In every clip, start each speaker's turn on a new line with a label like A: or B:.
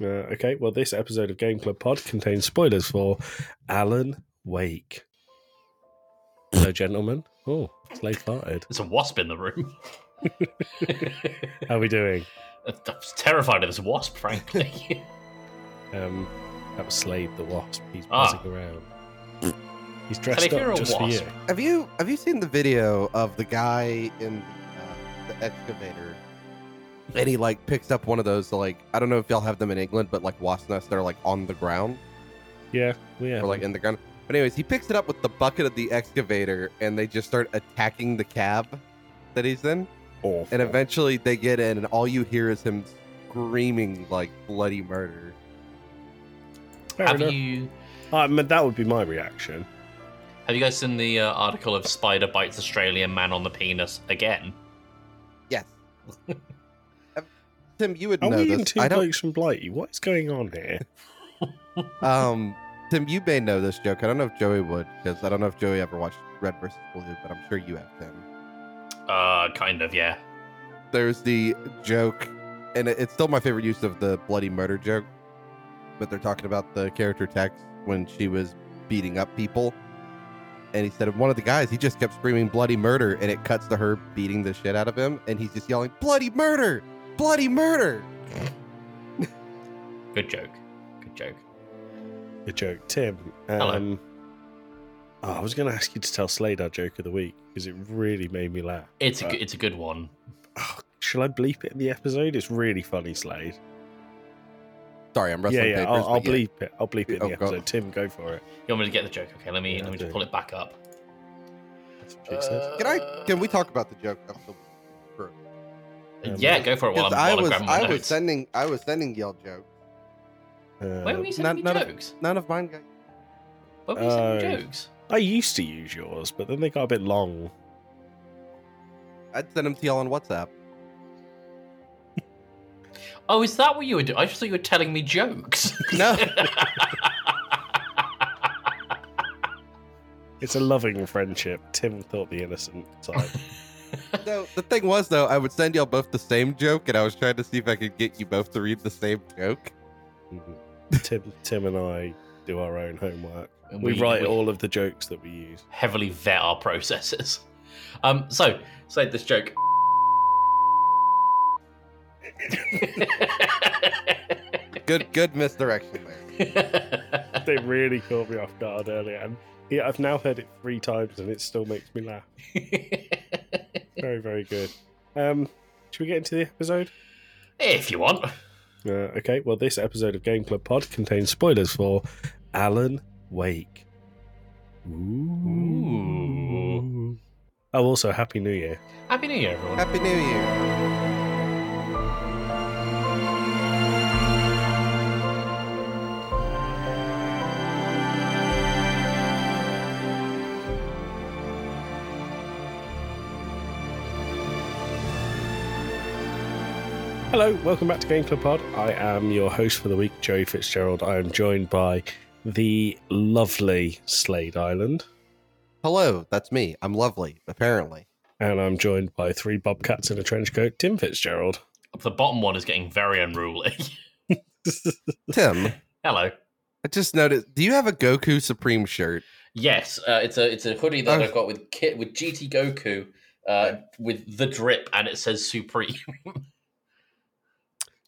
A: Uh, okay, well, this episode of Game Club Pod contains spoilers for Alan Wake. Hello, gentlemen. Oh, Slade farted.
B: There's a wasp in the room.
A: How are we doing?
B: I was terrified of this wasp, frankly.
A: Um, that was Slade the Wasp. He's
B: Ah.
A: buzzing around. He's
B: Slade,
A: dressed
B: you're a
A: up just for you.
B: wasp.
C: Have you have you seen the video of the guy in uh, the excavator? And he like picks up one of those like I don't know if y'all have them in England, but like wasp nests that are like on the ground
A: Yeah, we have.
C: or like in the ground. But anyways, he picks it up with the bucket of the excavator, and they just start attacking the cab that he's in.
A: awful.
C: And eventually they get in, and all you hear is him screaming like bloody murder.
A: Fair
B: have
A: enough.
B: you
A: I mean, that would be my reaction.
B: have you guys seen the uh, article of spider bites Australian man on the penis again?
C: Yes. Um, Tim, you would
A: Are
C: know
A: we
C: this.
A: in two
C: I don't.
A: blokes from Blighty? What is going on here?
C: Um, Tim, you may know this joke. I don't know if Joey would, because I don't know if Joey ever watched Red versus Blue, but I'm sure you have, Tim.
B: Uh, kind of, yeah.
C: There's the joke, and it- it's still my favorite use of the bloody murder joke. But they're talking about the character Tex when she was beating up people, and he said one of the guys he just kept screaming bloody murder, and it cuts to her beating the shit out of him, and he's just yelling bloody murder, bloody murder.
B: Good joke. Good joke.
A: The joke, Tim. Um,
B: Hello.
A: oh, I was going to ask you to tell Slade our joke of the week because it really made me laugh.
B: It's a
A: Uh,
B: good it's a good one.
A: Oh, shall I bleep it in the episode? It's really funny, Slade.
C: Sorry, I'm
A: yeah,
C: wrestling
A: yeah,
C: papers.
A: I'll, I'll
C: but yeah.
A: bleep it. I'll bleep it in
C: Oh,
A: the
C: God.
A: episode. Tim, go for it.
B: You want me to get the joke? Okay, let me
A: Yeah,
B: let me
A: do.
B: just pull it back up. Uh,
A: That's what she said.
C: Can I? Can we talk about the joke? Of the-
A: Um,
B: yeah, go for it while I'm,
C: Because
B: while
C: I
B: I'm
C: was
B: grabbing my
C: I
B: notes.
C: was sending I was sending y'all jokes.
B: Where
A: Uh,
B: were you
C: none-
B: sending me
C: none of-
B: jokes?
C: None of mine got.
B: Where were you sending
A: Oh.
B: me jokes?
A: I used to use yours, but then they got a bit long.
C: I'd send them to y'all on WhatsApp.
B: Oh, is that what you were doing? I just thought you were telling me jokes.
C: No.
A: It's a loving friendship. Tim thought the innocent side.
C: So the thing was though, I would send y'all both the same joke, and I was trying to see if I could get you both to read the same joke.
A: Mhm. Tim, Tim, and I do our own homework.
B: And
A: We, write
B: we
A: all of the jokes that we use.
B: heavily vet our processes. Um, so say this joke.
C: Good, good misdirection there.
A: They really caught me off guard earlier, and yeah, I've now heard it three times, and it still makes me laugh. Very, very good. Um, should we get into the episode?
B: if you want.
A: Uh, okay, well, this episode of Game Club Pod contains spoilers for Alan Wake.
B: Ooh.
A: Oh, also, Happy New Year.
B: Happy New Year, everyone.
C: Happy New Year.
A: Hello, welcome back to Game Club Pod. I am your host for the week, Joey Fitzgerald. I am joined by the lovely Slade Island,
C: Hello, that's me. I'm lovely, apparently.
A: and I'm joined by three bobcats in a trench coat, Tim Fitzgerald.
B: The bottom one is getting very unruly.
C: Tim,
B: Hello.
C: I just noticed. Do you have a Goku Supreme shirt?
B: Yes, uh, it's a it's a hoodie that
C: Oh.
B: I've got with kit with GT Goku uh, with the drip, and it says Supreme.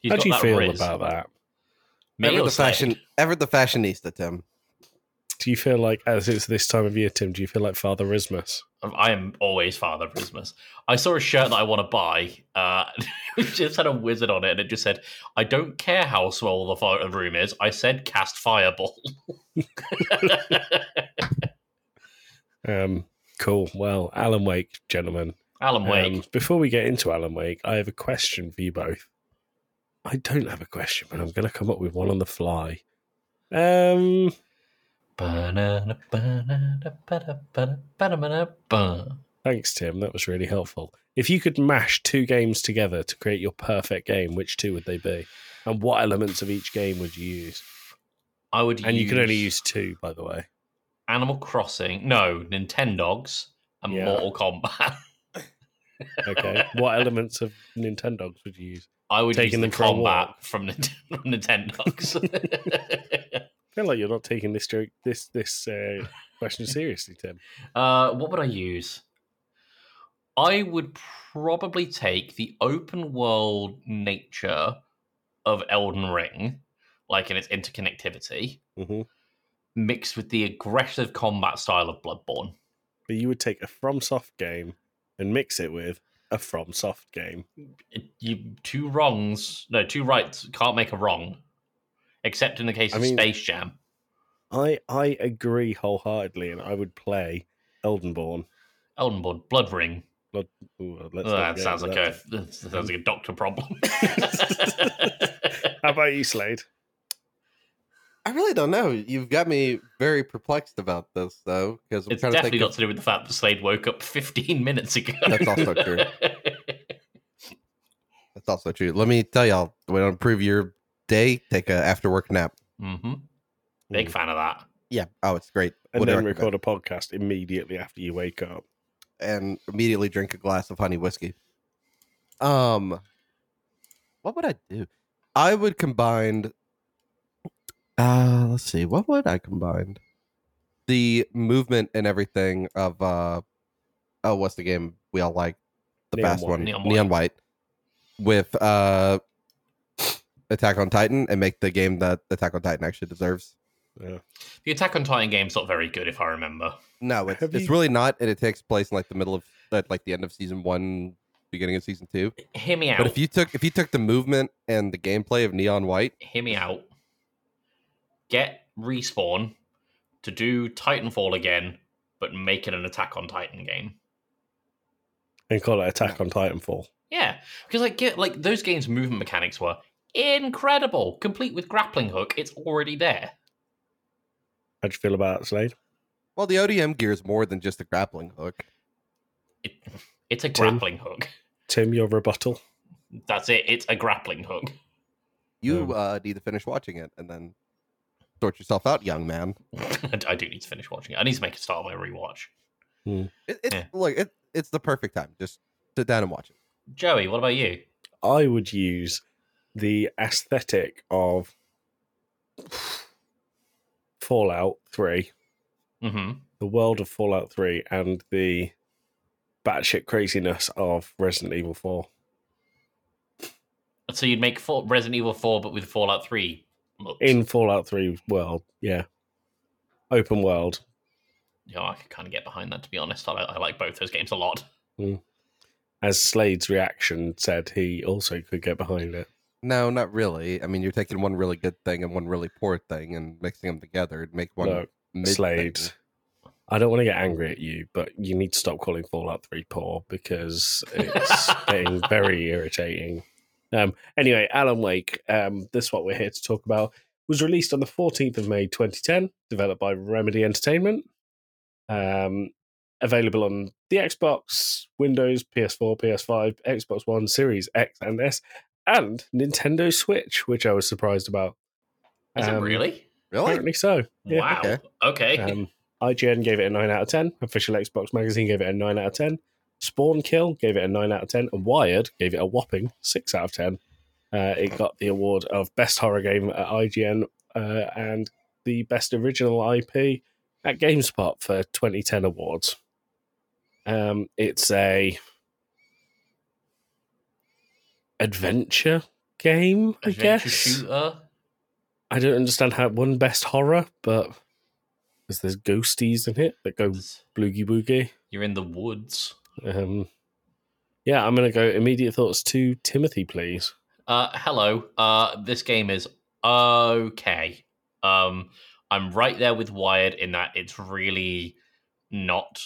B: He's
A: How
B: got
A: do you
B: that
A: feel
B: riz.
A: about that?
B: Me
C: ever
B: or
C: the
B: Slade?
C: fashion, ever the fashionista, Tim.
A: Do you feel like, as it's this time of year, Tim, do you feel like Father Ismas?
B: I am always Father Christmas. I saw a shirt that I want to buy. Uh, it just had a wizard on it, and it just said, "I don't care how small the fire room is. I said cast fireball."
A: Um, cool. Well, Alan Wake, gentlemen.
B: Alan Wake.
A: Um, before we get into Alan Wake, I have a question for you both. I don't have a question, but I'm going to come up with one on the fly. Um,
B: Ba-na-na, ba-na-na, ba-da, ba-da, ba-da-ba-da, ba.
A: thanks, Tim. That was really helpful. If you could mash two games together to create your perfect game, which two would they be? And what elements of each game would you use?
B: I would.
A: And you can only use two, by the way.
B: Animal Crossing. No, Nintendogs and
A: Yeah.
B: Mortal Kombat.
A: Okay. what elements of Nintendogs would you use?
B: I would
A: Taking them
B: use the
A: for a
B: combat
A: walk.
B: from, Nint- from Nintendox.
A: I feel like you're not taking this joke, this this uh, question seriously, Tim.
B: Uh, what would I use? I would probably take the open world nature of Elden Ring, like in its interconnectivity,
A: Mm-hmm.
B: mixed with the aggressive combat style of Bloodborne.
A: But you would take a FromSoft game and mix it with a FromSoft game.
B: It- you two wrongs, no, two rights can't make a wrong, except in the case
A: I
B: of
A: mean-
B: Space Jam.
A: I I agree wholeheartedly, and I would play Eldenborn.
B: Eldenborn, Blood Ring.
A: Ooh, let's
B: Oh,
A: not
B: that
A: get
B: sounds
A: into
B: like
A: that.
B: a that sounds like a doctor problem.
A: How about you, Slade?
C: I really don't know. You've got me very perplexed about this, though, because I'm
B: It's
C: trying to
B: definitely
C: think.
B: got to do with the fact that Slade woke up 15 minutes ago.
C: That's also true. That's also true. Let me tell y'all, when I improve your day, take a after work nap.
B: hmm Big
A: Mm.
B: fan of that.
C: Yeah. Oh, it's great.
A: And
C: Would
A: then record
C: recommend.
A: a podcast immediately after you wake up.
C: and immediately drink a glass of honey whiskey. Um, what would I do? I would combine. Uh, let's see. What would I combine? The movement and everything of uh, oh, what's the game we all like? The
A: Neon
C: fast
A: White.
C: one,
B: Neon
C: Neon,
B: White.
C: White, with uh, Attack on Titan, and make the game that Attack on Titan actually deserves.
B: The Attack on Titan game's not very good, if I remember.
C: No, it's,
A: Have
C: it's
A: you-
C: really not, and it takes place in like the middle of at, like the end of season one, beginning of season two.
B: Hear me out.
C: But if you took if you took the movement and the gameplay of Neon White,
B: Hear me out. Get Respawn to do Titanfall again, but make it an Attack on Titan game.
A: And call it Attack on Titanfall.
B: Yeah, because like get like those games' movement mechanics were incredible, complete with grappling hook. It's already there.
A: How'd you feel about it, Slade?
C: well, the ODM gear is more than just a grappling hook.
B: It, it's a
A: Tim?
B: grappling hook.
A: Tim, your rebuttal.
B: That's it. It's a grappling hook.
C: You
A: Yeah.
C: uh, need to finish watching it and then sort yourself out, young man.
B: I I do need to finish watching it. I need to make a Star Wars rewatch.
C: It, it's
B: Yeah.
C: look, it, it's the perfect time. Just sit down and watch it.
B: Joey, what about you?
A: I would use the aesthetic of Fallout 3,
B: hmm
A: the world of Fallout 3, and the batshit craziness of Resident Evil 4.
B: So you'd make Fall- Resident Evil 4, but with Fallout 3 looks.
A: In Fallout 3 world, yeah. Open world.
B: Yeah, I could kind of get behind that, to be honest. I, li- I like both those games a lot.
A: As Slade's reaction said, he also could get behind it.
C: No, not really. I mean, you're taking one really good thing and one really poor thing and mixing them together and make one
A: Look,
C: mid
A: Slade,
C: thing.
A: I don't want to get angry at you, but you need to stop calling Fallout 3 poor because it's getting very irritating. Um, anyway, Alan Wake, um, this is what we're here to talk about, was released on the 14th of May 2010, developed by Remedy Entertainment. Um, available on the Xbox, Windows, PS4, PS5, Xbox One, Series X and S, and Nintendo Switch, which I was surprised about.
B: Is it
A: Um,
B: really?
C: Really?
A: Apparently so. yeah,
B: wow. Okay.
C: okay.
A: Um, IGN gave it a 9 out of 10. Official Xbox Magazine gave it a 9 out of 10. Spawn Kill gave it a 9 out of 10. And Wired gave it a whopping 6 out of 10. Uh, it got the award of Best Horror Game at IGN uh, and the Best Original IP at GameSpot for 2010 awards. Um, it's a adventure game, I
B: Adventure
A: guess.
B: shooter.
A: I don't understand how it won best horror, but because there's ghosties in it that go bloogie boogie.
B: You're in the woods.
A: Um, yeah, I'm gonna go immediate thoughts to Timothy, please.
B: Uh, hello. Uh, this game is okay. Um, I'm right there with Wired in that it's really not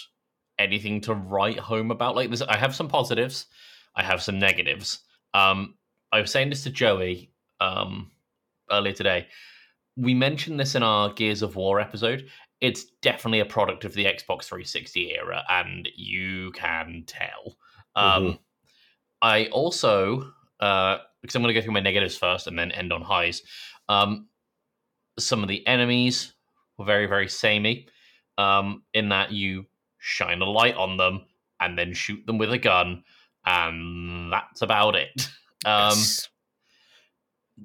B: anything to write home about. Like this, I have some positives, I have some negatives. Um, I was saying this to Joey um, earlier today. We mentioned this in our Gears of War episode. It's definitely a product of the Xbox 360 era, and you can tell. Um,
A: Mhm.
B: I also uh, because I'm going to go through my negatives first and then end on highs. Um, some of the enemies were very, very samey um, in that you shine a light on them and then shoot them with a gun, and that's about it. Um,
A: Yes.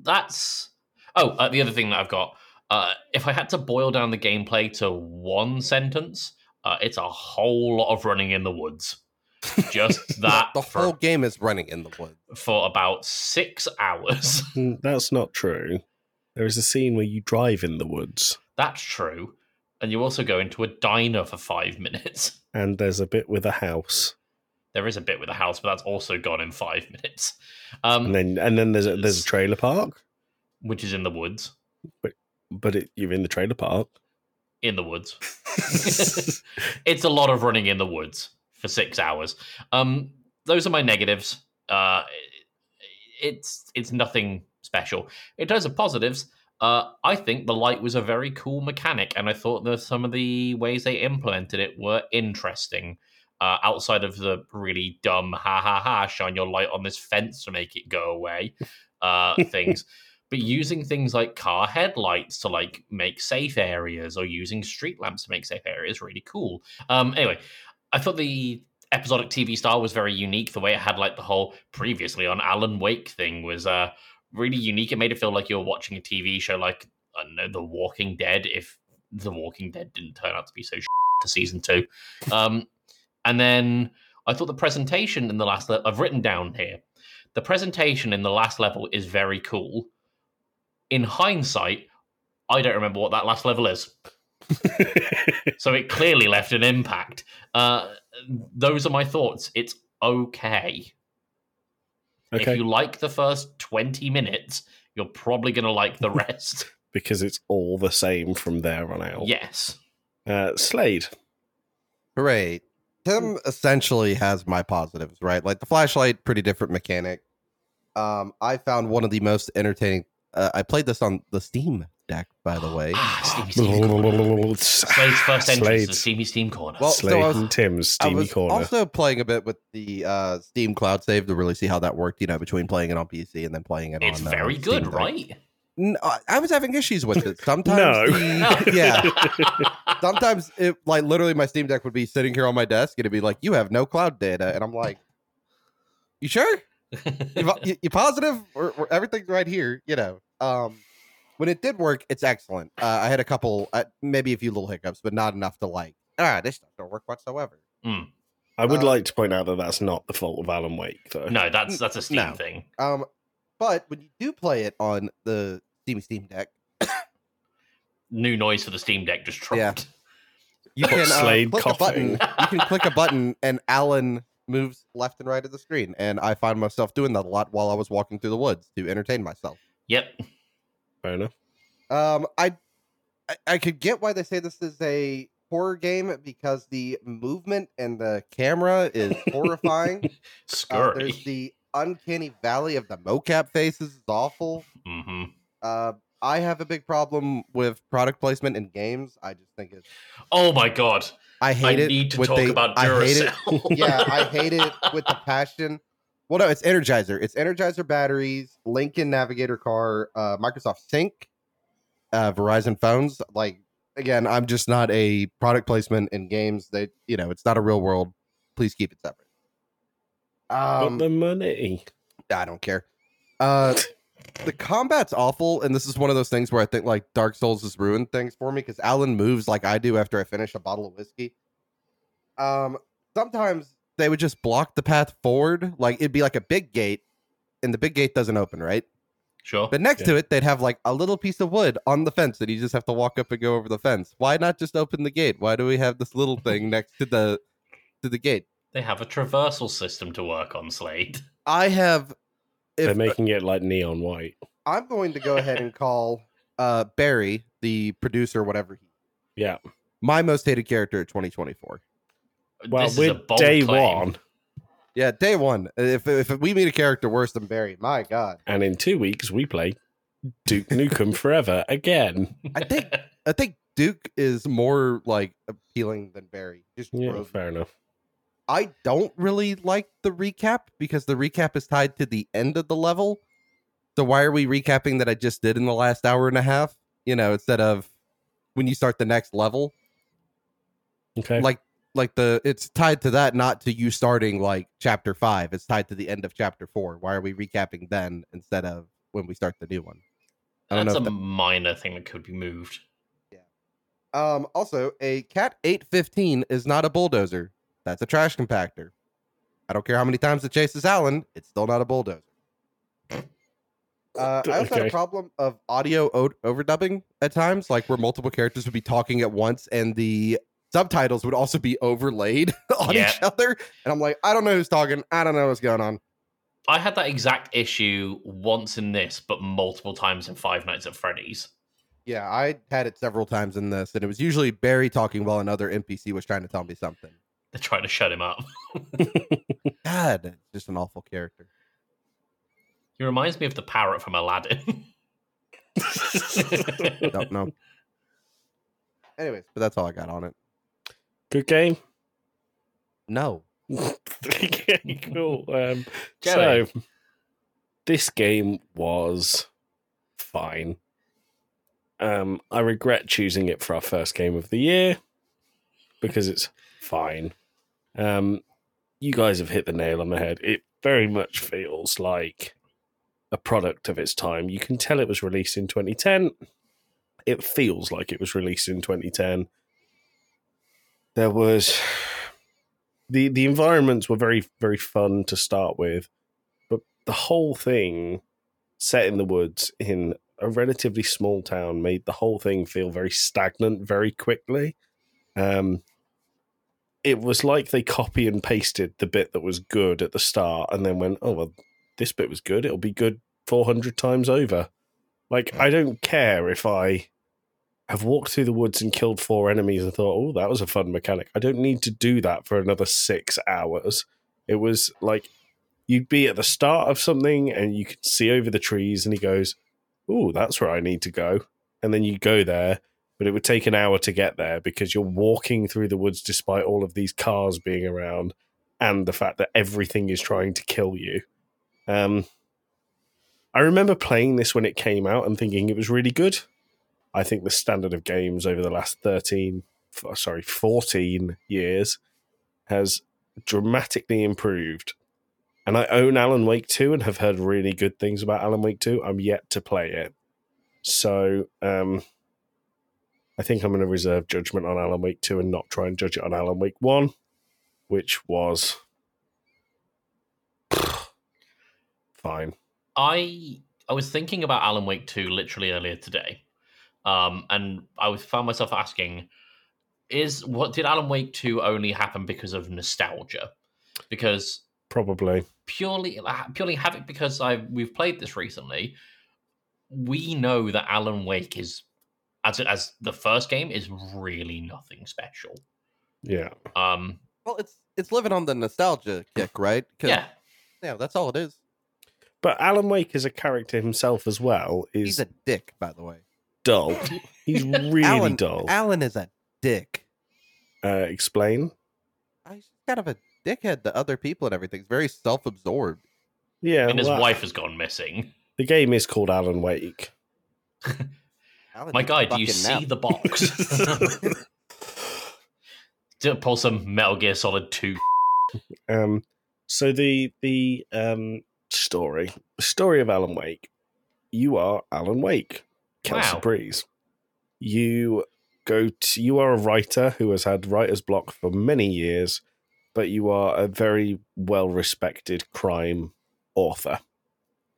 B: that's oh uh, the other thing that I've got. Uh, if I had to boil down the gameplay to one sentence, uh, it's a whole lot of running in the woods. Just that
C: The
B: for,
C: whole game is running in the woods.
B: for about six hours.
A: Mm, That's not true. There is a scene where you drive in the woods,
B: That's true. And you also go into a diner for five minutes.
A: and there's a bit with a house,
B: There is a bit with a house, but that's also gone in five minutes, um,
A: and then and then there's a, there's a trailer park,
B: which is in the woods.
A: but it, you're in the trailer park.
B: In the woods. it's a lot of running in the woods for six hours. Um, those are my negatives. Uh, it's it's nothing special. In terms of positives, uh, I think the light was a very cool mechanic, and I thought that some of the ways they implemented it were interesting. Uh, outside of the really dumb ha ha ha shine your light on this fence to make it go away uh, things, but using things like car headlights to like make safe areas or using street lamps to make safe areas really cool. Um, anyway, I thought the episodic TV style was very unique. The way it had like the whole previously on Alan Wake thing was uh really unique. It made it feel like you were watching a TV show like I don't know The Walking Dead if The Walking Dead didn't turn out to be so shit for season two. Um, and then I thought the presentation in the last le- I've written down here. The presentation in the last level is very cool. In hindsight, I don't remember what that last level is so it clearly left an impact. Uh, those are my thoughts. It's okay. If
A: okay,
B: you like the first 20 minutes, you're probably going to like the rest.
A: because it's all the same from there on out.
B: yes.
A: Uh, Slade.
C: Hooray. Tim essentially has my positives, right? Like the flashlight, pretty different mechanic. Um, I found one of the most entertaining. Uh, I played this on the Steam deck, by the way.
B: Ah, Steamy Steam Corner. Slade's
A: Slade's
B: first entrance to Steamy Steam Corner.
C: Well, so
A: Slade
C: I was-
A: and Tim's
C: I
A: steamy
C: was
A: corner.
C: also playing a bit with the uh, Steam Cloud Save to really see how that worked. You know, between playing it on PC and then playing it
B: it's
C: on. uh,
B: very
C: Steam
B: good,
C: Deck.
B: right?
C: N- I- I was having issues with it sometimes.
A: No.
C: the- yeah. sometimes it like literally my steam deck would be sitting here on my desk and it'd be like you have no cloud data and i'm like you sure you, you, you positive we're, we're- everything's right here you know um when it did work it's excellent uh, i had a couple uh, maybe a few little hiccups but not enough to like ah this stuff don't work whatsoever
A: I would
C: uh,
A: like to point out that that's not the fault of Alan Wake, though.
B: no, that's that's a Steam
C: No.
B: thing.
C: um but when you do play it on the steam steam deck
B: New noise for the Steam Deck just dropped.
C: you can uh,
A: Slade
C: click a button
A: coughing.
C: you can click a button and Alan moves left and right of the screen. And I find myself doing that a lot while I was walking through the woods to entertain myself.
B: Yep.
A: Fair enough.
C: Um, I, I I could get why they say this is a horror game because the movement and the camera is horrifying. Uh,
B: Scurry.
C: there's the uncanny valley of the mocap faces is awful.
B: hmm
C: Uh, I have a big problem with product placement in games. I just think it's
B: Oh my god.
C: I
B: I
C: hate it.
B: need to
C: when
B: talk
C: they-
B: about
C: I hate it
B: Duracell.
C: yeah, I hate it with the passion. Well, no, it's Energizer. It's Energizer batteries, Lincoln Navigator car, uh, Microsoft Sync, uh, Verizon phones. Like again, I'm just not a product placement in games. They, you know, it's not a real world. Please keep it separate. Um,
A: but the money.
C: I don't care. Uh, the combat's awful, and this is one of those things where I think like Dark Souls has ruined things for me because Alan moves like I do after I finish a bottle of whiskey. Um, sometimes they would just block the path forward, like it'd be like a big gate, and the big gate doesn't open, right?
B: Sure.
C: But next to it, they'd have like a little piece of wood on the fence that you just have to walk up and go over the fence. Why not just open the gate? Why do we have this little thing next to the to the gate?
B: They have a traversal system to work on, Slade.
C: I have.
A: They're
C: If,
A: making it like neon white.
C: I'm going to go ahead and call uh, Barry, the producer, whatever he.
A: Yeah.
C: My most hated character of 2024.
A: Well,
B: This is a
A: we're
B: bold
A: day
B: claim.
A: one,
C: Yeah, day one. uh, If if we meet a character worse than Barry, my God,
A: and in two weeks we play Duke Nukem Forever again.
C: I think- I think Duke is more like appealing than Barry. Just
A: Yeah,
C: gross.
A: fair enough.
C: I don't really like the recap because the recap is tied to the end of the level. So why are we recapping that I just did in the last hour and a half? You know, instead of when you start the next level.
A: Okay.
C: like like the it's tied to that not to you starting like chapter five it's tied to the end of chapter four why are we recapping then instead of when we start the new one. I don't
B: That's
C: know
B: a
C: if that-
B: minor thing that could be moved.
C: Um, also, a Cat 815 is not a bulldozer. That's a trash compactor. I don't care how many times it chases Alan, it's still not a bulldozer. Uh, I also had
A: Okay.
C: a problem of audio o- overdubbing at times, like where multiple characters would be talking at once and the subtitles would also be overlaid on
B: Yeah.
C: each other. And I'm like, I don't know who's talking. I don't know what's going on.
B: I had that exact issue once in this, but multiple times in Five Nights at Freddy's.
C: Yeah, I had it several times in this, and it was usually Barry talking while another NPC was trying to tell me something.
B: They're trying to shut him up.
C: God, it's just an awful character.
B: He reminds me of the parrot from Aladdin.
C: don't know. Anyways, but that's all I got on it.
A: Good game.
C: No.
A: okay, cool. Um, so
B: Jelly.
A: this game was fine. Um, I regret choosing it for our first game of the year because it's fine. Um, you guys have hit the nail on the head. It very much feels like a product of its time. You can tell it was released in 2010. It feels like it was released in 2010. There was the the environments were very very fun to start with, but the whole thing set in the woods in a relatively small town made the whole thing feel very stagnant very quickly. Um, it was like they copy and pasted the bit that was good at the start, and then went, "Oh well, this bit was good. It'll be good four hundred times over." Like I don't care if I have walked through the woods and killed four enemies and thought, oh, that was a fun mechanic. I don't need to do that for another six hours. It was like you'd be at the start of something and you could see over the trees, and he goes, oh, that's where I need to go. And then you go there, but it would take an hour to get there because you're walking through the woods despite all of these cars being around and the fact that everything is trying to kill you. Um, I remember playing this when it came out and thinking it was really good. I think the standard of games over the last 13, f- sorry, 14 years has dramatically improved. And I own Alan Wake 2 and have heard really good things about Alan Wake 2. I'm yet to play it. So um, I think I'm going to reserve judgment on Alan Wake 2 and not try and judge it on Alan Wake 1, which was fine.
B: I I was thinking about Alan Wake 2 literally earlier today. Um, and I was found myself asking, is what did Alan Wake 2 only happen because of nostalgia? Because
A: Probably.
B: purely purely havoc because I we've played this recently. We know that Alan Wake is as as the first game is really nothing special.
A: Yeah.
B: Um,
C: Well, it's it's living on the nostalgia kick, right? 'Cause,
B: yeah,
C: yeah, that's all it is.
A: But Alan Wake as a character himself as well is
C: He's a dick, by the way.
A: dull. He's really
C: Alan,
A: dull.
C: Alan is a dick.
A: uh, explain.
C: Uh, He's kind of a dickhead to other people and everything. He's very self-absorbed.
A: Yeah,
B: and his
A: well,
B: wife has gone missing.
A: The game is called Alan Wake.
C: Alan
B: My
C: needs a
B: guy, do you
C: fucking
B: see
C: nap.
B: the box? Do- Pull some Metal Gear Solid Two.
A: Um, so the the um, story story of Alan Wake. You are Alan Wake, Kelsey
B: Wow.
A: Breeze. You go to you are a writer who has had writer's block for many years, but you are a very well respected crime author,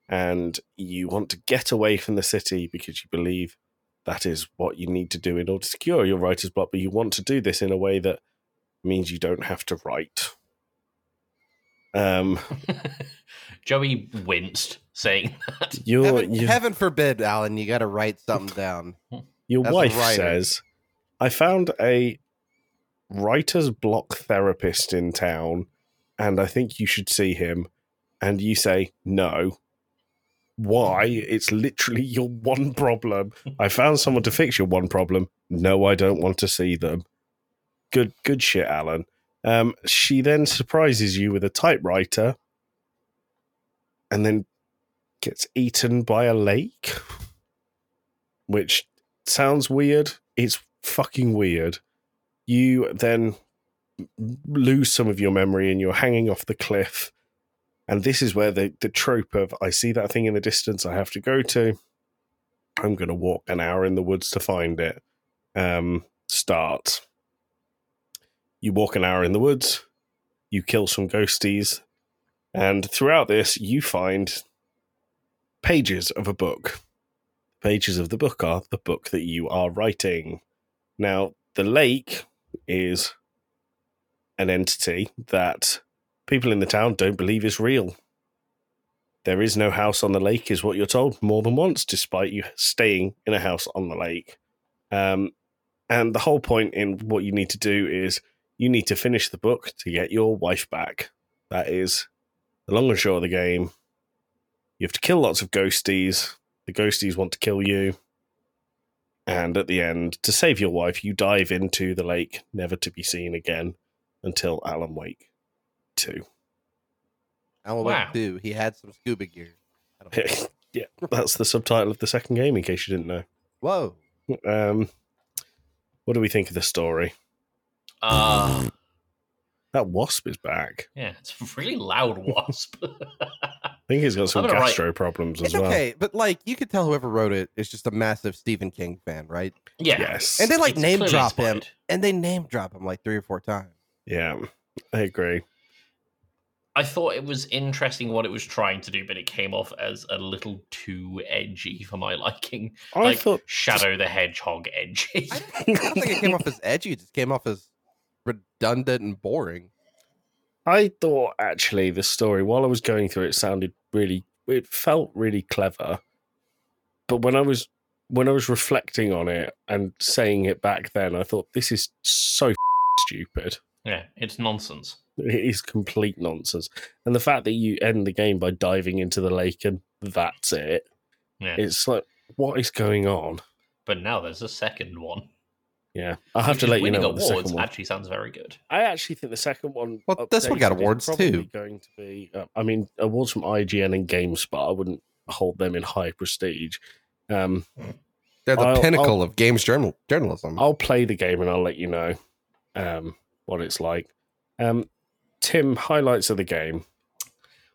A: and you want to get away from the city because you believe that is what you need to do in order to cure your writer's block. But you want to do this in a way that means you don't have to write. Um,
B: Joey winced, saying,
A: your
C: Heaven,
A: your,
C: heaven forbid, Alan, you got to write something down.
A: your
C: as a
A: wife
C: writer.
A: says, "I found a writer's block therapist in town, and I think you should see him." And you say, "No." Why? It's literally your one problem. I found someone to fix your one problem. No, I don't want to see them. Good, good shit, Alan. Um, she then surprises you with a typewriter, and then gets eaten by a lake, which sounds weird. It's fucking weird. You then lose some of your memory and you're hanging off the cliff. And this is where the, the trope of I see that thing in the distance I have to go to. I'm going to walk an hour in the woods to find it. Um, start. You walk an hour in the woods, you kill some ghosties, and throughout this, you find pages of a book. Pages of the book are the book that you are writing. Now, the lake is an entity that people in the town don't believe is real. There is no house on the lake, is what you're told more than once, despite you staying in a house on the lake. Um, and the whole point in what you need to do is you need to finish the book to get your wife back. That is the long and short of the game. You have to kill lots of ghosties. The ghosties want to kill you. And at the end, to save your wife, you dive into the lake, never to be seen again until Alan Wake 2.
C: Alan
B: Wow.
C: Wake 2, he had some scuba gear. I don't know.
A: yeah, that's the subtitle of the second game, in case you didn't know.
C: Whoa.
A: Um, what do we think of the story?
B: Uh,
A: That wasp is back.
B: yeah, it's a really loud wasp.
A: I think he's got some
B: I'm gonna write-
A: gastro problems as
C: It's
A: well.
C: okay, but like you could tell whoever wrote it is just a massive Stephen King fan, right?
B: yeah.
A: Yes.
C: And they like
B: It's
C: name
B: clearly
C: drop him,
B: inspired.
C: and they name drop him like three or four times.
A: yeah, I agree.
B: I thought it was interesting what it was trying to do, but it came off as a little too edgy for my liking.
A: I
B: like
A: thought
B: Shadow the Hedgehog edgy.
C: I don't, I don't think it came off as edgy; it just came off as redundant and boring.
A: I thought actually the story while I was going through it sounded really it felt really clever. But when I was when I was reflecting on it and saying it back then, I thought this is so stupid.
B: yeah, it's nonsense.
A: It is complete nonsense. And the fact that you end the game by diving into the lake and that's it.
B: Yeah.
A: It's like what is going on?
B: but now there's a second one.
A: Yeah. I'll have
B: Which
A: to
B: is
A: let you
B: winning
A: know what the
B: awards
A: second one.
B: actually sounds very good.
A: I actually think the second one.
C: Well, this one got
A: updated is
C: awards
A: probably
C: too.
A: Going to be, uh, I mean, awards from IGN and GameSpot. I wouldn't hold them in high prestige. Um,
C: They're the
A: I'll- I'll-
C: pinnacle of games journal- journalism.
A: I'll play the game and I'll let you know um, what it's like. Um, Tim, highlights of the game.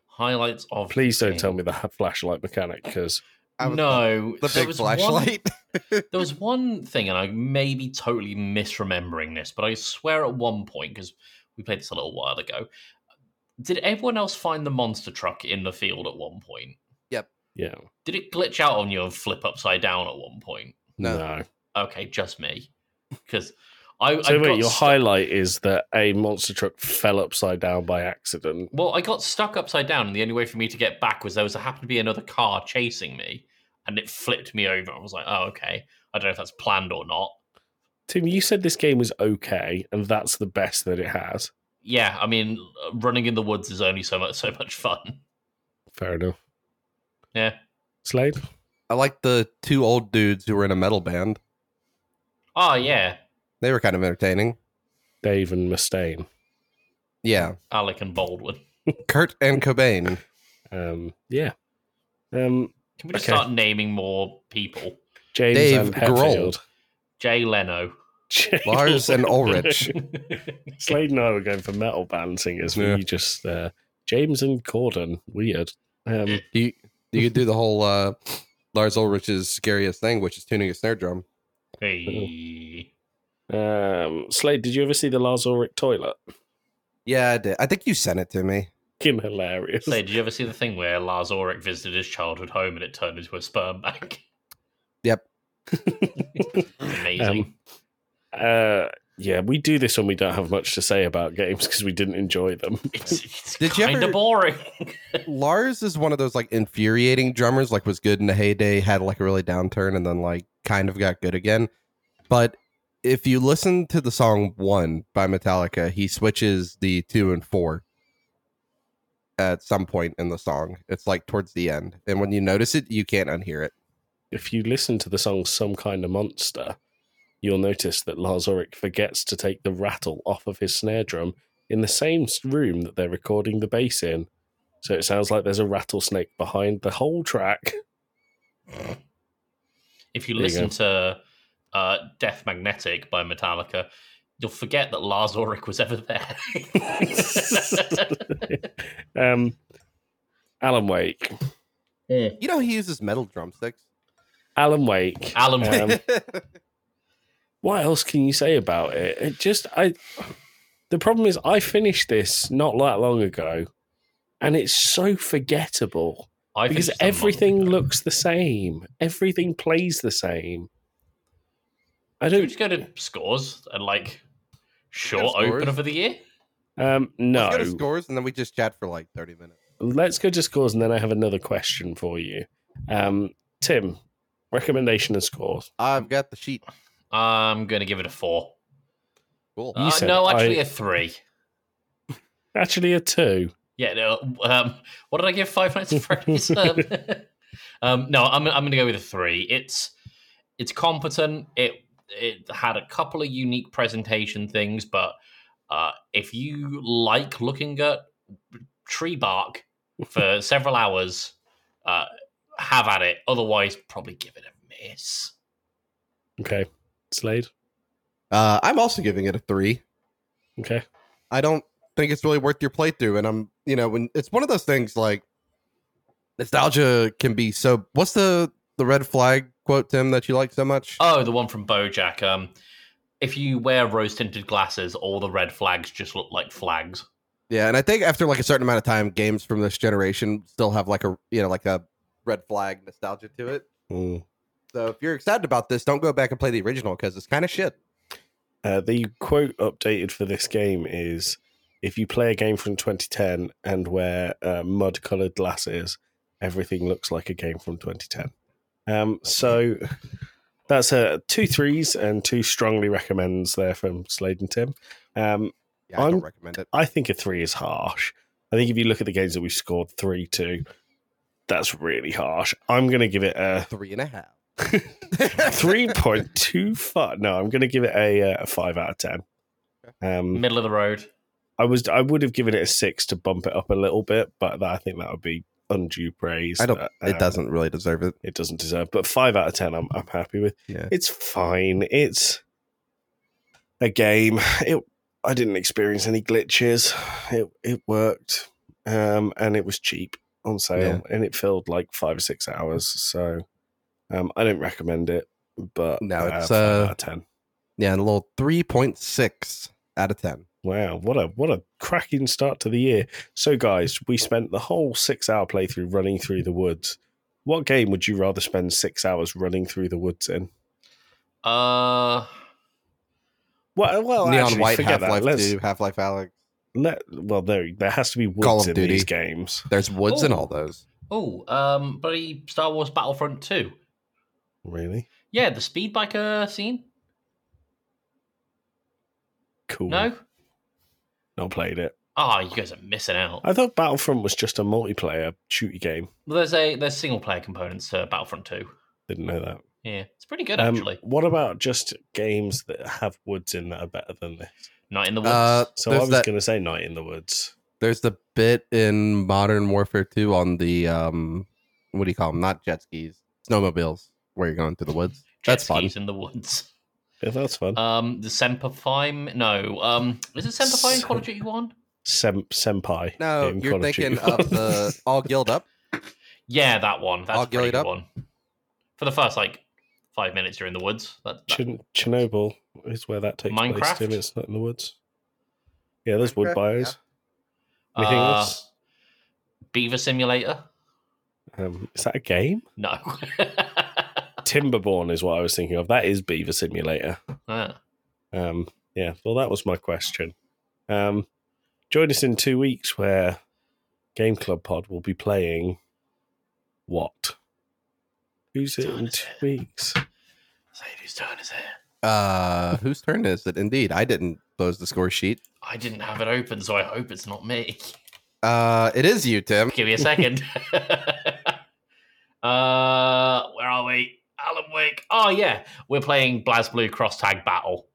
B: Highlights of the
A: Please don't
B: game.
A: tell me the ha- flashlight mechanic because
C: I was-
B: no,
C: the
B: there
C: big
B: was one-
C: flashlight.
B: there was one thing, and I may be totally misremembering this, but I swear at one point, because we played this a little while ago, did everyone else find the monster truck in the field at one point?
A: yeah,
B: Did it glitch out on you and flip upside down at one point?
A: no.
C: No.
B: Okay, just me. Because I,
A: So
B: I
A: wait,
B: got
A: your
B: stu-
A: highlight is that a monster truck fell upside down by accident.
B: Well, I got stuck upside down, and the only way for me to get back was there was happened to be another car chasing me, and it flipped me over. I was like, oh, okay. I don't know if that's planned or not.
A: Tim, you said this game was okay, and that's the best that it has.
B: Yeah, I mean, running in the woods is only so much so much fun.
A: Fair enough.
B: Yeah.
A: Slade.
C: I like the two old dudes who were in a metal band.
B: Oh yeah,
C: They were kind of entertaining.
A: Dave and Mustaine.
C: Yeah,
B: Alec and Baldwin.
C: Kurt and Cobain.
A: Um, yeah. Um,
B: Can we just
A: Okay.
B: start naming more people?
A: James
C: Dave
A: and
C: Grohl.
A: Hetfield.
B: Jay Leno.
A: James-
C: Lars and Ulrich.
A: Slade and I were going for metal band singers.
C: Yeah.
A: We just uh, James and Corden. Weird. Um,
C: Do you do you do the whole uh, Lars Ulrich's scariest thing, which is tuning a snare drum?
B: Hey.
A: um, Slade, did you ever see the Lars Ulrich toilet?
C: Yeah, I did. I think you sent it to me.
A: Fucking hilarious.
B: Say, did you ever see the thing where Lars Ulrich visited his childhood home and it turned into a sperm bank?
C: Yep.
B: Amazing.
A: Um, Uh, yeah, we do this when we don't have much to say about games because we didn't enjoy them.
B: it's it's
C: Did you
B: kind of
C: ever-
B: boring.
C: Lars is one of those like infuriating drummers, like was good in the heyday, had like a really downturn, and then like kind of got good again. But if you listen to the song One by Metallica, he switches the two and four at some point in the song. It's like towards the end. And when you notice it, you can't unhear it.
A: if you listen to the song Some Kind of Monster, you'll notice that Lars Ulrich forgets to take the rattle off of his snare drum in the same s- room that they're recording the bass in. So it sounds like there's a rattlesnake behind the whole track.
B: If
A: There you
B: you listen to uh, Death Magnetic by Metallica, you'll forget that Lars Ulrich was ever there.
A: um, Alan Wake.
C: You know he uses metal drumsticks.
A: Alan Wake.
B: Alan Wake.
A: Um, what else can you say about it? It just I the problem is I finished this not that long ago and it's so forgettable
B: I
A: because
B: finished a month
A: everything
B: ago.
A: looks the same. Everything plays the same. I
B: Should we
A: don't
B: just go to scores and like short
C: Let's go to
B: opener
C: scores.
B: for the year?
A: um no.
C: Let's go to scores and then we just chat for like 30 minutes.
A: let's go to scores and then I have another question for you. Um, Tim, recommendation and scores.
C: I've got the sheet.
B: I'm gonna give it a four.
C: Cool.
A: You
B: Uh,
A: said
B: no,
A: I-
B: actually a three.
A: Actually, a two.
B: Yeah, no. Um, what did I give Five Nights at Freddy's? um, um, no, I'm I'm gonna go with a three. It's it's competent. It it had a couple of unique presentation things, but uh, if you like looking at tree bark for several hours, uh, have at it. Otherwise, probably give it a miss.
A: Okay, Slade.
C: Uh, I'm also giving it a three.
A: Okay,
C: I don't think it's really worth your playthrough. And I'm, you know, when it's one of those things like nostalgia can be so. What's the the red flag quote, Tim, that you like so much?
A: Uh,
B: Oh, the one from BoJack. Um, if you wear rose tinted glasses, all the red flags just look like flags.
C: yeah, and I think after like a certain amount of time, games from this generation still have like a you know like a red flag nostalgia to it. So if you're excited about this, don't go back and play the original because it's kind of shit.
A: uh, the quote updated for this game is: "If you play a game from 2010 and wear uh, mud-colored glasses, everything looks like a game from 2010." Um, so that's uh, two threes and two strongly recommends there from Slade and Tim. Um,
C: Yeah, I
A: I'm-
C: don't recommend it.
A: I think a three is harsh. I think if you look at the games that we've scored three to, that's really harsh. I'm going to give it a
C: Three and a half.
A: three point two five. No, I'm going to give it a, uh, a five out of ten. Um,
B: Middle of the road.
A: I was I would have given it a six to bump it up a little bit, but that, I think that would be undue praise.
C: I don't.
A: Uh,
C: It doesn't really deserve it.
A: It doesn't deserve. But five out of ten, I'm I'm happy with.
C: Yeah.
A: It's fine. It's a game. It I didn't experience any glitches. It it worked. Um and it was cheap on sale and it filled like 5 or 6 hours. So um I don't recommend it, but
C: No, it's,
A: five
C: uh,
A: out of 10.
C: Yeah, and a little three point six out of ten.
A: Wow, what a what a cracking start to the year. So guys, we spent the whole 6-hour playthrough running through the woods. What game would you rather spend 6 hours running through the woods in?
B: Uh,
A: Well,
B: Oh,
A: well
C: Neon
A: actually,
C: White,
A: forget
C: Half
A: that.
C: Life
A: Let's-
C: Two, Half Life Alex.
A: Let, well, there there has to be woods
C: Call of
A: in
C: Duty.
A: these games.
C: There's woods in
B: Oh.
C: all those.
B: oh, um, bloody Star Wars Battlefront Two.
A: Really
B: Yeah, the speed biker scene.
A: cool.
B: No.
A: not played it.
B: Ah, you guys are missing out.
A: I thought Battlefront was just a multiplayer shooty game.
B: Well, there's a there's single player components to Battlefront Two.
A: Didn't know that.
B: Yeah, it's pretty good
A: Um,
B: actually.
A: what about just games that have woods in that are better than this?
B: Night in the woods.
C: Uh,
A: So I
C: there's
A: was
C: that.
A: going to say Night in the Woods.
C: There's the bit in Modern Warfare Two on the um, what do you call them? Not jet skis, snowmobiles. Where you're going through the woods.
B: Jet
C: that's fun.
B: skis in the woods.
A: Yeah, that's fun.
B: Um, the Semper Fi. No. Um, is it Semper Fi in Call of Duty One?
A: Sem- senpai.
C: No,
A: in
C: you're
A: Call Duty
C: thinking
A: one.
C: of the all guild up.
B: Yeah, that one. That's
C: I'll
B: a pretty
C: give it
B: good
C: up.
B: one. For the first like five minutes, you're in the woods. That, that-
A: Chern- Chernobyl is where that takes place.
B: Minecraft?
A: Tim, it's not in the woods. Yeah, there's wood
C: Minecraft,
A: bios. Anything
B: Uh,
A: else?
B: Beaver Simulator.
A: Um, is that a game?
B: No. Uh.
A: Timberborn is what I was thinking of. That is Beaver Simulator.
B: Ah.
A: Um, yeah, well, that was my question. Um, join us in two weeks where Game Club Pod will be playing what? Who's it in two weeks?
B: Say whose turn is it?
C: Uh, whose turn is it? Indeed, I didn't close the score sheet.
B: I didn't have it open, so I hope it's not me.
C: Uh, it is you, Tim.
B: Give me a second. uh, where are we? Alan Wake. Oh yeah, we're playing BlazBlue Cross Tag Battle.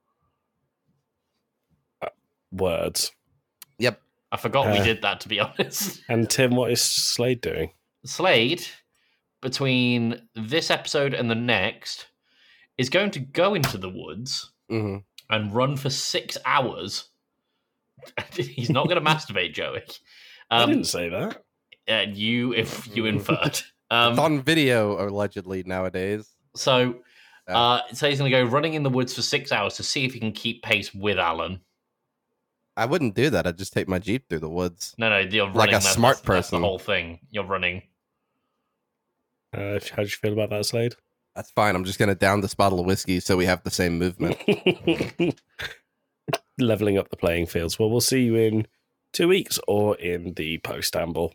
A: Words.
C: Yep.
B: I forgot we
A: Uh.
B: did that. To be honest,
A: And Tim, what is Slade doing?
B: Slade, between this episode and the next, is going to go into the woods
C: hmm
B: and run for six hours. He's not going to masturbate, Joey.
A: I didn't say that.
B: uh, you if
C: Mm.
B: you inferred. Um,
C: it's on video allegedly nowadays.
B: So,
C: Oh.
B: uh, so he's going to go running in the woods for six hours to see if he can keep pace with Alan.
C: I wouldn't do that. I'd just take my jeep through the woods.
B: No, no, you're running.
C: Like a
B: that's-
C: smart
B: that's the
C: person.
B: whole thing. You're running.
A: Uh, how do you feel about that, Slade?
C: That's fine. I'm just gonna down this bottle of whiskey so we have the same movement.
A: Leveling up the playing fields. Well, we'll see you in two weeks or in the post amble.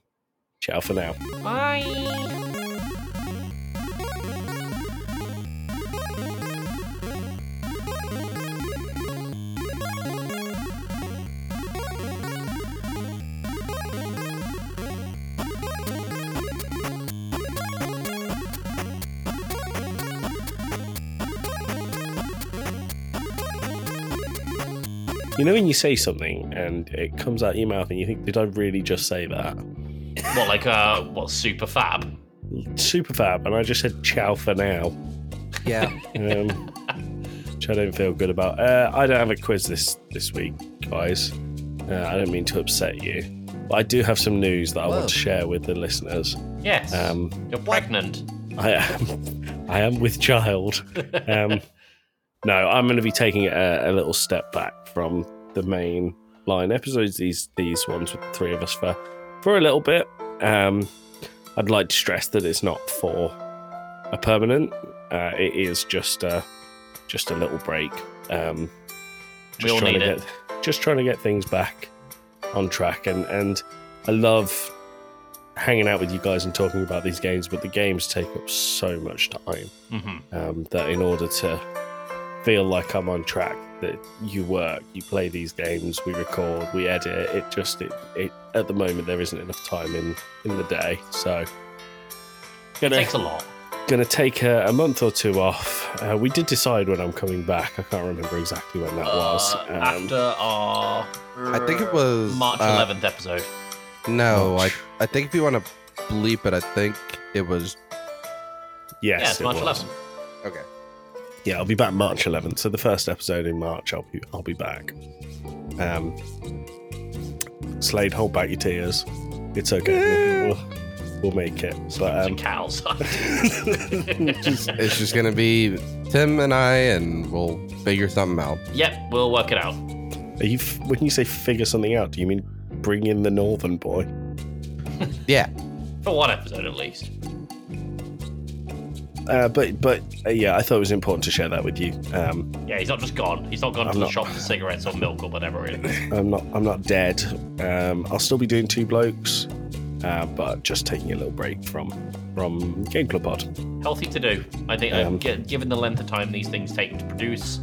A: Ciao for now.
B: Bye.
A: You know when you say something and it comes out your mouth and you think, did I really just say that?
B: What like uh, what super fab?
A: Super fab, and I just said ciao for now,
C: yeah.
A: um, which I don't feel good about. Uh, I don't have a quiz this this week, guys. Uh, I don't mean to upset you, but I do have some news that I
C: Whoa.
A: want to share with the listeners.
B: Yes.
A: Um,
B: you're pregnant.
A: I am. I am with child. Um, no, I'm going to be taking a, a little step back from the main line episodes. These these ones with the three of us for for a little bit. Um, I'd like to stress that it's not for a permanent. Uh, it is just a just a little break. Um,
B: We all
A: trying
B: need
A: to
B: it.
A: Get, just trying to get things back on track, and and I love hanging out with you guys and talking about these games, but the games take up so much time
B: hmm
A: um, that in order to feel like I'm on track, that you work, you play these games, we record, we edit. It just it, it at the moment there isn't enough time in in the day, so
B: It
A: gonna
B: takes a lot.
A: gonna take a, a month or two off. Uh, we did decide when I'm coming back. I can't remember exactly when that was. um,
B: Uh, after our,
C: I think it was
B: March
C: uh,
B: 11th episode.
C: No, Oh, I I think if you want to bleep it, I think it was
A: yes,
B: Yeah, it's
A: it
B: March
A: was.
B: 11th.
C: okay.
A: yeah, I'll be back March 11th. So the first episode in March, I'll be I'll be back. Um, Slade, hold back your tears. It's okay. We'll, we'll- we'll make it. But
B: It's a
A: um,
B: cow outside.
C: It's just gonna be Tim and I, and we'll figure something out.
B: yep, we'll work it out.
A: are you f- when you say figure something out? Do you mean bring in the Northern boy?
C: Yeah,
B: For one episode at least.
A: Uh, but but uh, yeah, I thought it was important to share that with you. Um,
B: Yeah, he's not just gone. He's not gone
A: I'm
B: to the
A: not-
B: shop for cigarettes or milk or whatever it is.
A: I'm not I'm not dead. Um, I'll still be doing two blokes, uh, but just taking a little break from from Game Club Pod.
B: Healthy to do. I think,
A: Um,
B: uh, gi- given the length of time these things take to produce,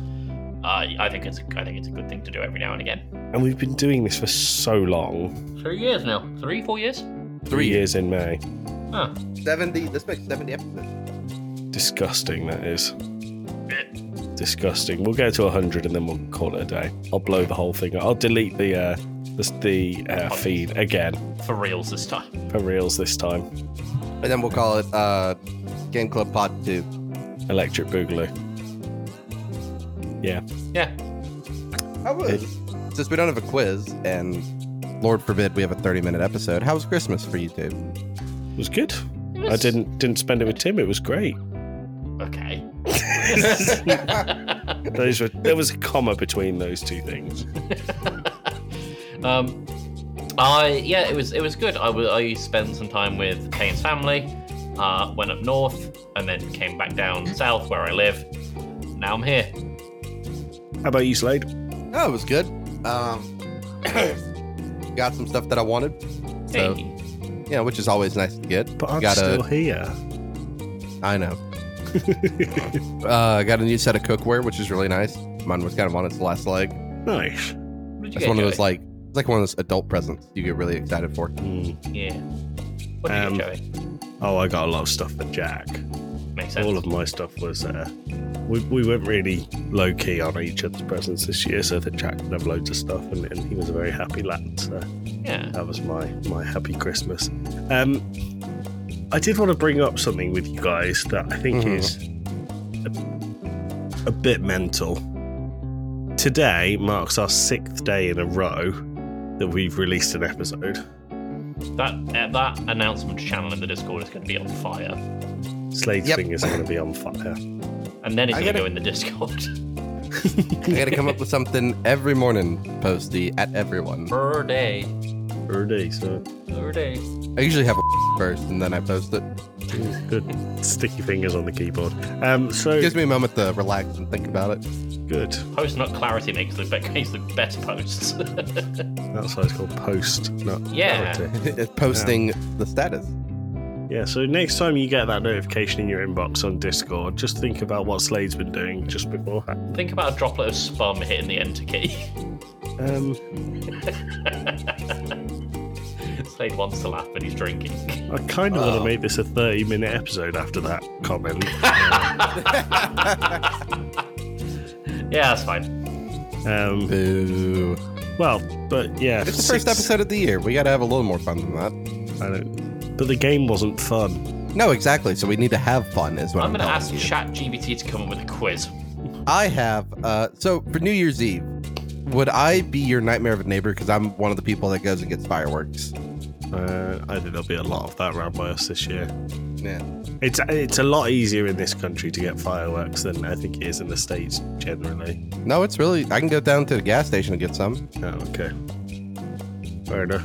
B: uh, I think it's I think it's a good thing to do every now and again.
A: And we've been doing this for so long.
B: Three years now. Three, four years.
A: Three years in May.
B: Huh.
C: seventy. This makes seventy episodes.
A: Disgusting, that is.
B: Eh.
A: Disgusting. We'll go to 100 and then we'll call it a day. I'll blow the whole thing. up. I'll delete the uh, the, the uh, feed again
B: For reals this time.
A: for reels this time.
C: And then we'll call it uh, Game Club Pod Two.
A: Electric Boogaloo. Yeah.
B: Yeah.
C: How was? Since we don't have a quiz, and Lord forbid we have a thirty-minute episode, how was Christmas for you two?
A: It was good.
B: It
A: I
B: was-
A: didn't didn't spend it with Tim. It was great.
B: Okay.
A: Those were there was a comma between those two things.
B: um, I yeah, it was it was good. I wa- I spent some time with Kane's family. Uh, went up north and then came back down south where I live. Now I'm here.
A: How about you, Slade?
C: Oh, it was good. Um, got some stuff that I wanted. So
B: Hey.
C: you know, which is always nice to get.
A: But I'm
C: Got a-
A: still here.
C: I know. uh, I got a new set of cookware, which is really nice. Mine was kind of on its last leg.
A: Nice.
B: What did you
C: It's
B: get,
C: one of
B: Joey?
C: those like it's like one of those adult presents you get really excited for.
A: Mm.
B: Yeah. What did
A: Um,
B: you get, Joey?
A: Oh, I got a lot of stuff for Jack.
B: Makes sense.
A: all of my stuff was uh, we, we weren't really low key on each other's presents this year so that jack could have loads of stuff and, and he was a very happy lad so
B: yeah.
A: that was my my happy christmas um i did want to bring up something with you guys that i think
C: Mhm.
A: is a, a bit mental today marks our sixth day in a row that we've released an episode
B: That uh, that announcement channel in the Discord is going to be on fire,
A: Slade's
C: Yep.
A: fingers are going to be on fire.
B: and then it's
C: I
B: going to
C: gotta-
B: go in the Discord.
C: I gotta come up with something every morning, post the at everyone.
B: per day,
A: Already, so
B: per day.
C: I usually have a first and then I post it.
A: good. Sticky fingers on the keyboard. Um, so
C: Gives me a moment to relax and think about it.
A: good.
B: Post not clarity makes the be- makes the best posts.
A: That's why it's called post, not
B: Yeah.
A: clarity.
C: It's posting the status.
A: Yeah, so next time you get that notification in your inbox on Discord, just think about what Slade's been doing just before.
B: Think about a droplet of spum hitting the enter key.
A: Um,
B: Slade wants to laugh, but he's drinking.
A: I kind of want
C: Oh.
A: to make this a 30 minute episode after that comment.
B: Yeah, that's fine.
A: um,
C: Boo.
A: well, but yeah.
C: It's the
A: six-
C: first episode of the year. We gotta have a little more fun than that.
A: I don't, but the game wasn't fun.
C: No, exactly. So we need to have fun as well.
B: I'm going to ask ChatGPT to come up with a quiz.
C: I have. Uh, so for New Year's Eve, would I be your nightmare of a neighbor? Because I'm one of the people that goes and gets fireworks.
A: Uh, I think there'll be a lot of that round by us this year.
C: Yeah.
A: It's it's a lot easier in this country to get fireworks than I think it is in the states generally.
C: No, it's really. I can go down to the gas station and get some.
A: Oh, okay. Fair enough.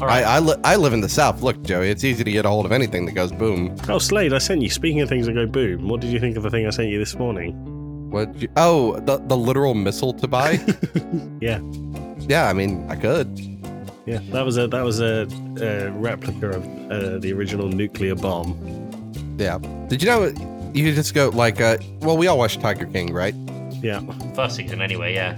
B: All right.
C: I I, li- I live in the south. Look, Joey, it's easy to get a hold of anything that goes boom.
A: Oh, Slade, I sent you. Speaking of things that go boom, what did you think of the thing I sent you this morning?
C: What? You, oh, the the literal missile to buy.
A: Yeah.
C: Yeah, I mean, I could.
A: Yeah, that was a that was a, a replica of uh, the original nuclear bomb.
C: Yeah. Did you know? You could just go like, uh, well, we all watch Tiger King, right?
A: Yeah,
B: First season, anyway, yeah.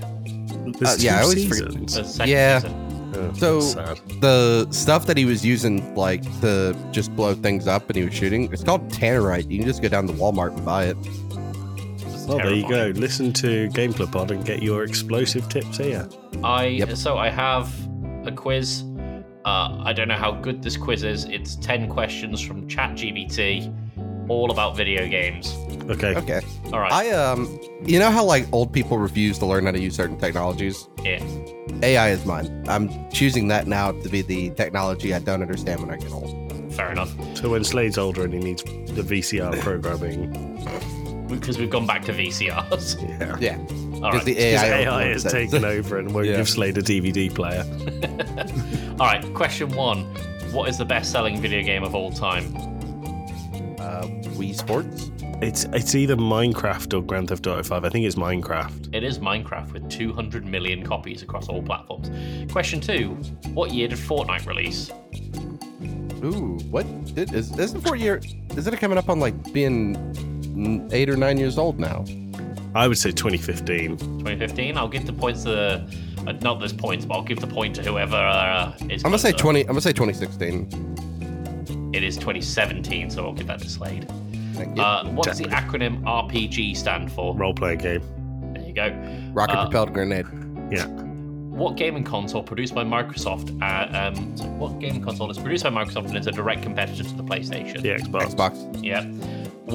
A: There's
C: Uh, yeah,
A: two
C: I always forget-
A: seasons.
B: The second
C: Yeah.
B: season.
A: Oh,
C: So-
A: that's sad.
C: the stuff that he was using like to just blow things up and he was shooting it's called tannerite you can just go down to walmart and buy it
B: It's
A: well, there you
B: terrifying.
A: go. Listen to Gameplay Pod and get your explosive tips here.
B: I
C: Yep.
B: so I have a quiz. Uh, I don't know how good this quiz is. It's ten questions from ChatGPT, all about video games.
A: Okay,
C: okay
B: All right,
C: i um you know how like old people refuse to learn how to use certain technologies
B: yeah.
C: ai is mine i'm choosing that now to be the technology i don't understand when i get old
B: fair enough.
A: so when Slade's older and he needs the VCR programming,
B: Because we've gone back to VCRs.
A: yeah,
C: yeah
B: All
C: because
B: right,
C: the
A: Because
C: ai,
A: AI
C: overloads
A: has
C: it.
A: taken over and won't
C: Yeah.
A: give Slade a DVD player.
B: all right. Question one: What is the best-selling video game of all time?
C: uh, wii sports
A: It's it's either Minecraft or Grand Theft Auto Five. I think it's Minecraft.
B: It is Minecraft with 200 million copies across all platforms. Question two: What year did Fortnite release?
C: ooh what did, is isn't four year isn't it coming up on like being n- eight or nine years old now
A: I would say 2015.
B: 2015. I'll give the points to the. Uh, not this points, but I'll give the point to whoever uh, is.
C: i'm gonna say
B: closer.
C: 20 i'm gonna say 2016
B: It is 2017, so I'll give that to Slade.
C: Thank you.
B: Uh, what does the acronym RPG stand for?
A: Role playing game.
B: There you go.
C: rocket
B: uh,
C: propelled grenade
B: What gaming console produced by Microsoft? Uh, um, so what gaming console is produced by Microsoft and is a direct competitor to the PlayStation?
A: The Xbox.
C: Xbox.
B: Yeah.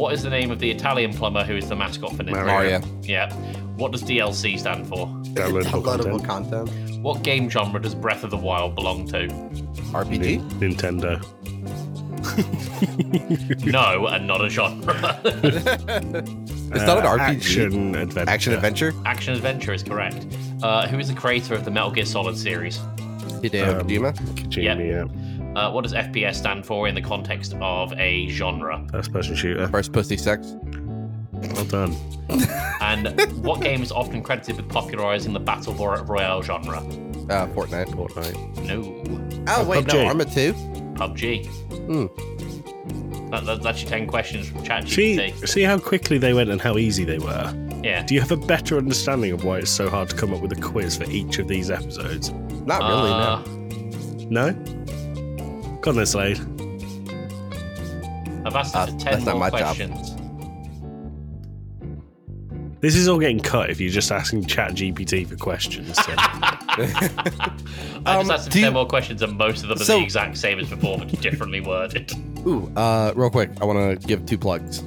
B: What is the name of the Italian plumber who is the mascot for Nintendo?
C: Mario.
B: Yeah. What does DLC stand for?
A: Downloadable
C: Downloadable
A: content.
C: content.
B: What game genre does Breath of the Wild belong to?
C: RPG.
A: Nin- Nintendo.
B: No, and not a genre.
C: It's not an RPG.
A: Uh, Action adventure.
C: Action adventure.
B: Action adventure is correct. Uh, who is the creator of the Metal Gear Solid series?
C: Hideo
A: Um,
C: Kojima.
A: Kojima,
B: Yep.
A: yeah.
B: Uh, what does FPS stand for in the context of a genre?
A: First person shooter.
C: First pussy sex.
A: Well done.
B: And what game is often credited with popularizing the battle ro- royale genre?
C: Uh, Fortnite.
A: Fortnite.
B: No,
C: Oh wait, no,
A: PUBG.
C: Arma Two.
B: PUBG.
C: Hmm.
B: That, that, that's your ten questions from
A: See,
B: ChatGPT.
A: see how quickly they went and how easy they were.
B: Yeah,
A: Do you have a better understanding of why it's so hard to come up with a quiz for each of these episodes?
C: Not really.
B: Uh,
A: No? Come on then, Slade.
B: I've asked
C: Uh,
B: for
C: that's
B: ten
C: not
B: more
C: my job.
B: questions.
A: This is all getting cut if you're just asking ChatGPT for questions. So.
B: I
C: Um,
B: just asked for
C: do
B: ten
C: you-
B: more questions, and most of them are
C: So-
B: the exact same as before, but differently worded.
C: No. Ooh. Uh, real quick, I want to give two plugs.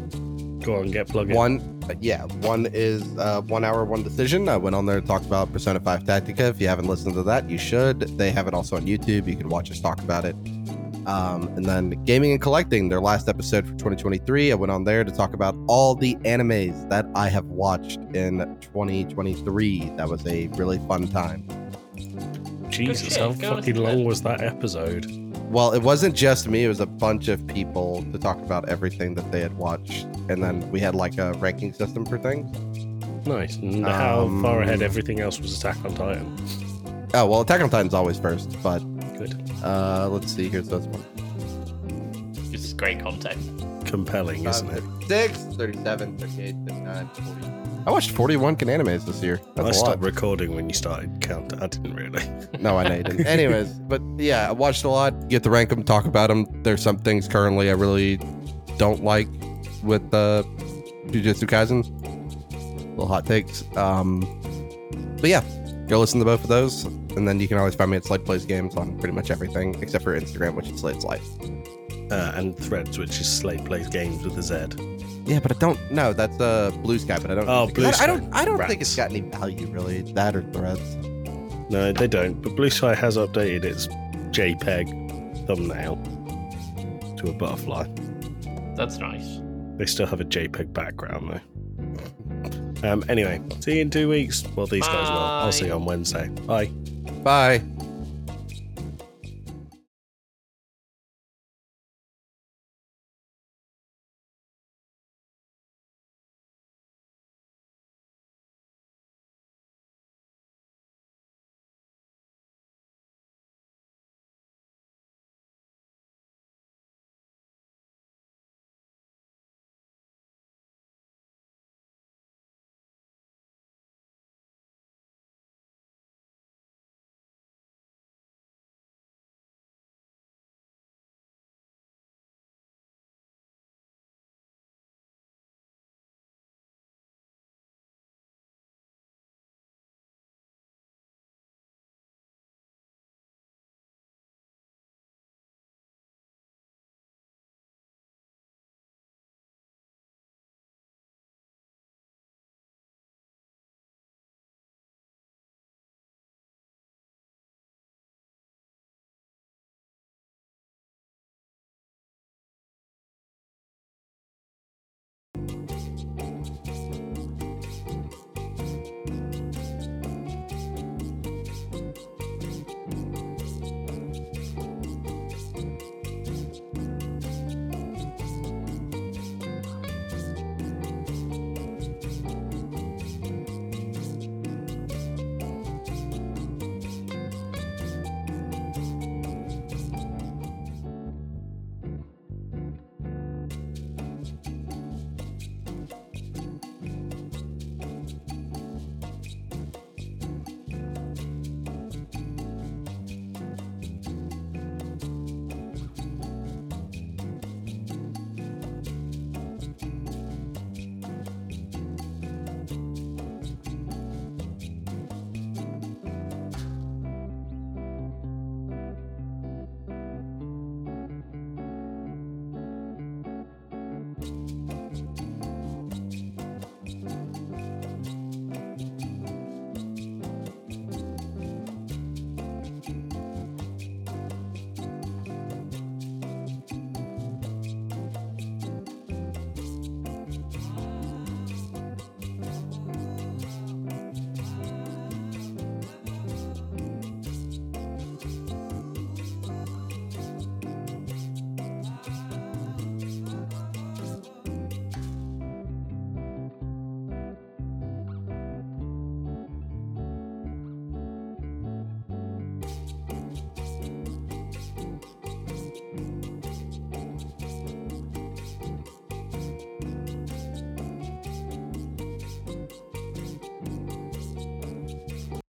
A: Go on, get plugged in.
C: One, uh, yeah, one is uh, one hour, one decision. I went on there and talked about Persona 5 Tactica. If you haven't listened to that, you should. They have it also on YouTube. You can watch us talk about it. Um, and then Gaming and Collecting, their last episode for 2023. I went on there to talk about all the animes that I have watched in 2023. That was a really fun time.
A: Jesus,
B: shit,
A: how
B: go
A: fucking
B: listen to
A: long
B: it.
A: was that episode?
C: Well, it wasn't just me, it was a bunch of people to talk about everything that they had watched. And then we had like a ranking system for things.
A: Nice. And how
C: Um,
A: far ahead everything else was Attack on Titan?
C: Oh, well, Attack on Titan's always first, but
A: Good.
C: uh, let's see. Here's this one
B: This is great content. Um,
A: Compelling, isn't it?
C: 6, 37, 38, 39, 40. I watched 41 animes this year. That's
A: I
C: a lot.
A: stopped recording when you started count. I didn't really.
C: No, I know you didn't. Anyways, but yeah, I watched a lot. Get to rank them, talk about them. There's some things currently I really don't like with uh, Jujutsu Kaisen. Little hot takes. Um, but yeah, go listen to both of those, and then you can always find me at Slate Plays Games on pretty much everything except for Instagram, which is Slate's Life.
A: Uh, and Threads, which is Slate Plays Games with a Z.
C: Yeah, but I don't. No, that's uh, Blue Sky, but I don't.
A: Oh,
C: think-
A: Blue
C: I,
A: Sky.
C: I don't. I don't think it's got
A: Rats.
C: any value really. That or Threads.
A: No, they don't. But Blue Sky has updated its JPEG thumbnail to a butterfly.
B: That's nice.
A: They still have a JPEG background though. Um, anyway, see you in two weeks. Well, these guys will. I'll see you on Wednesday. Bye.
C: Bye.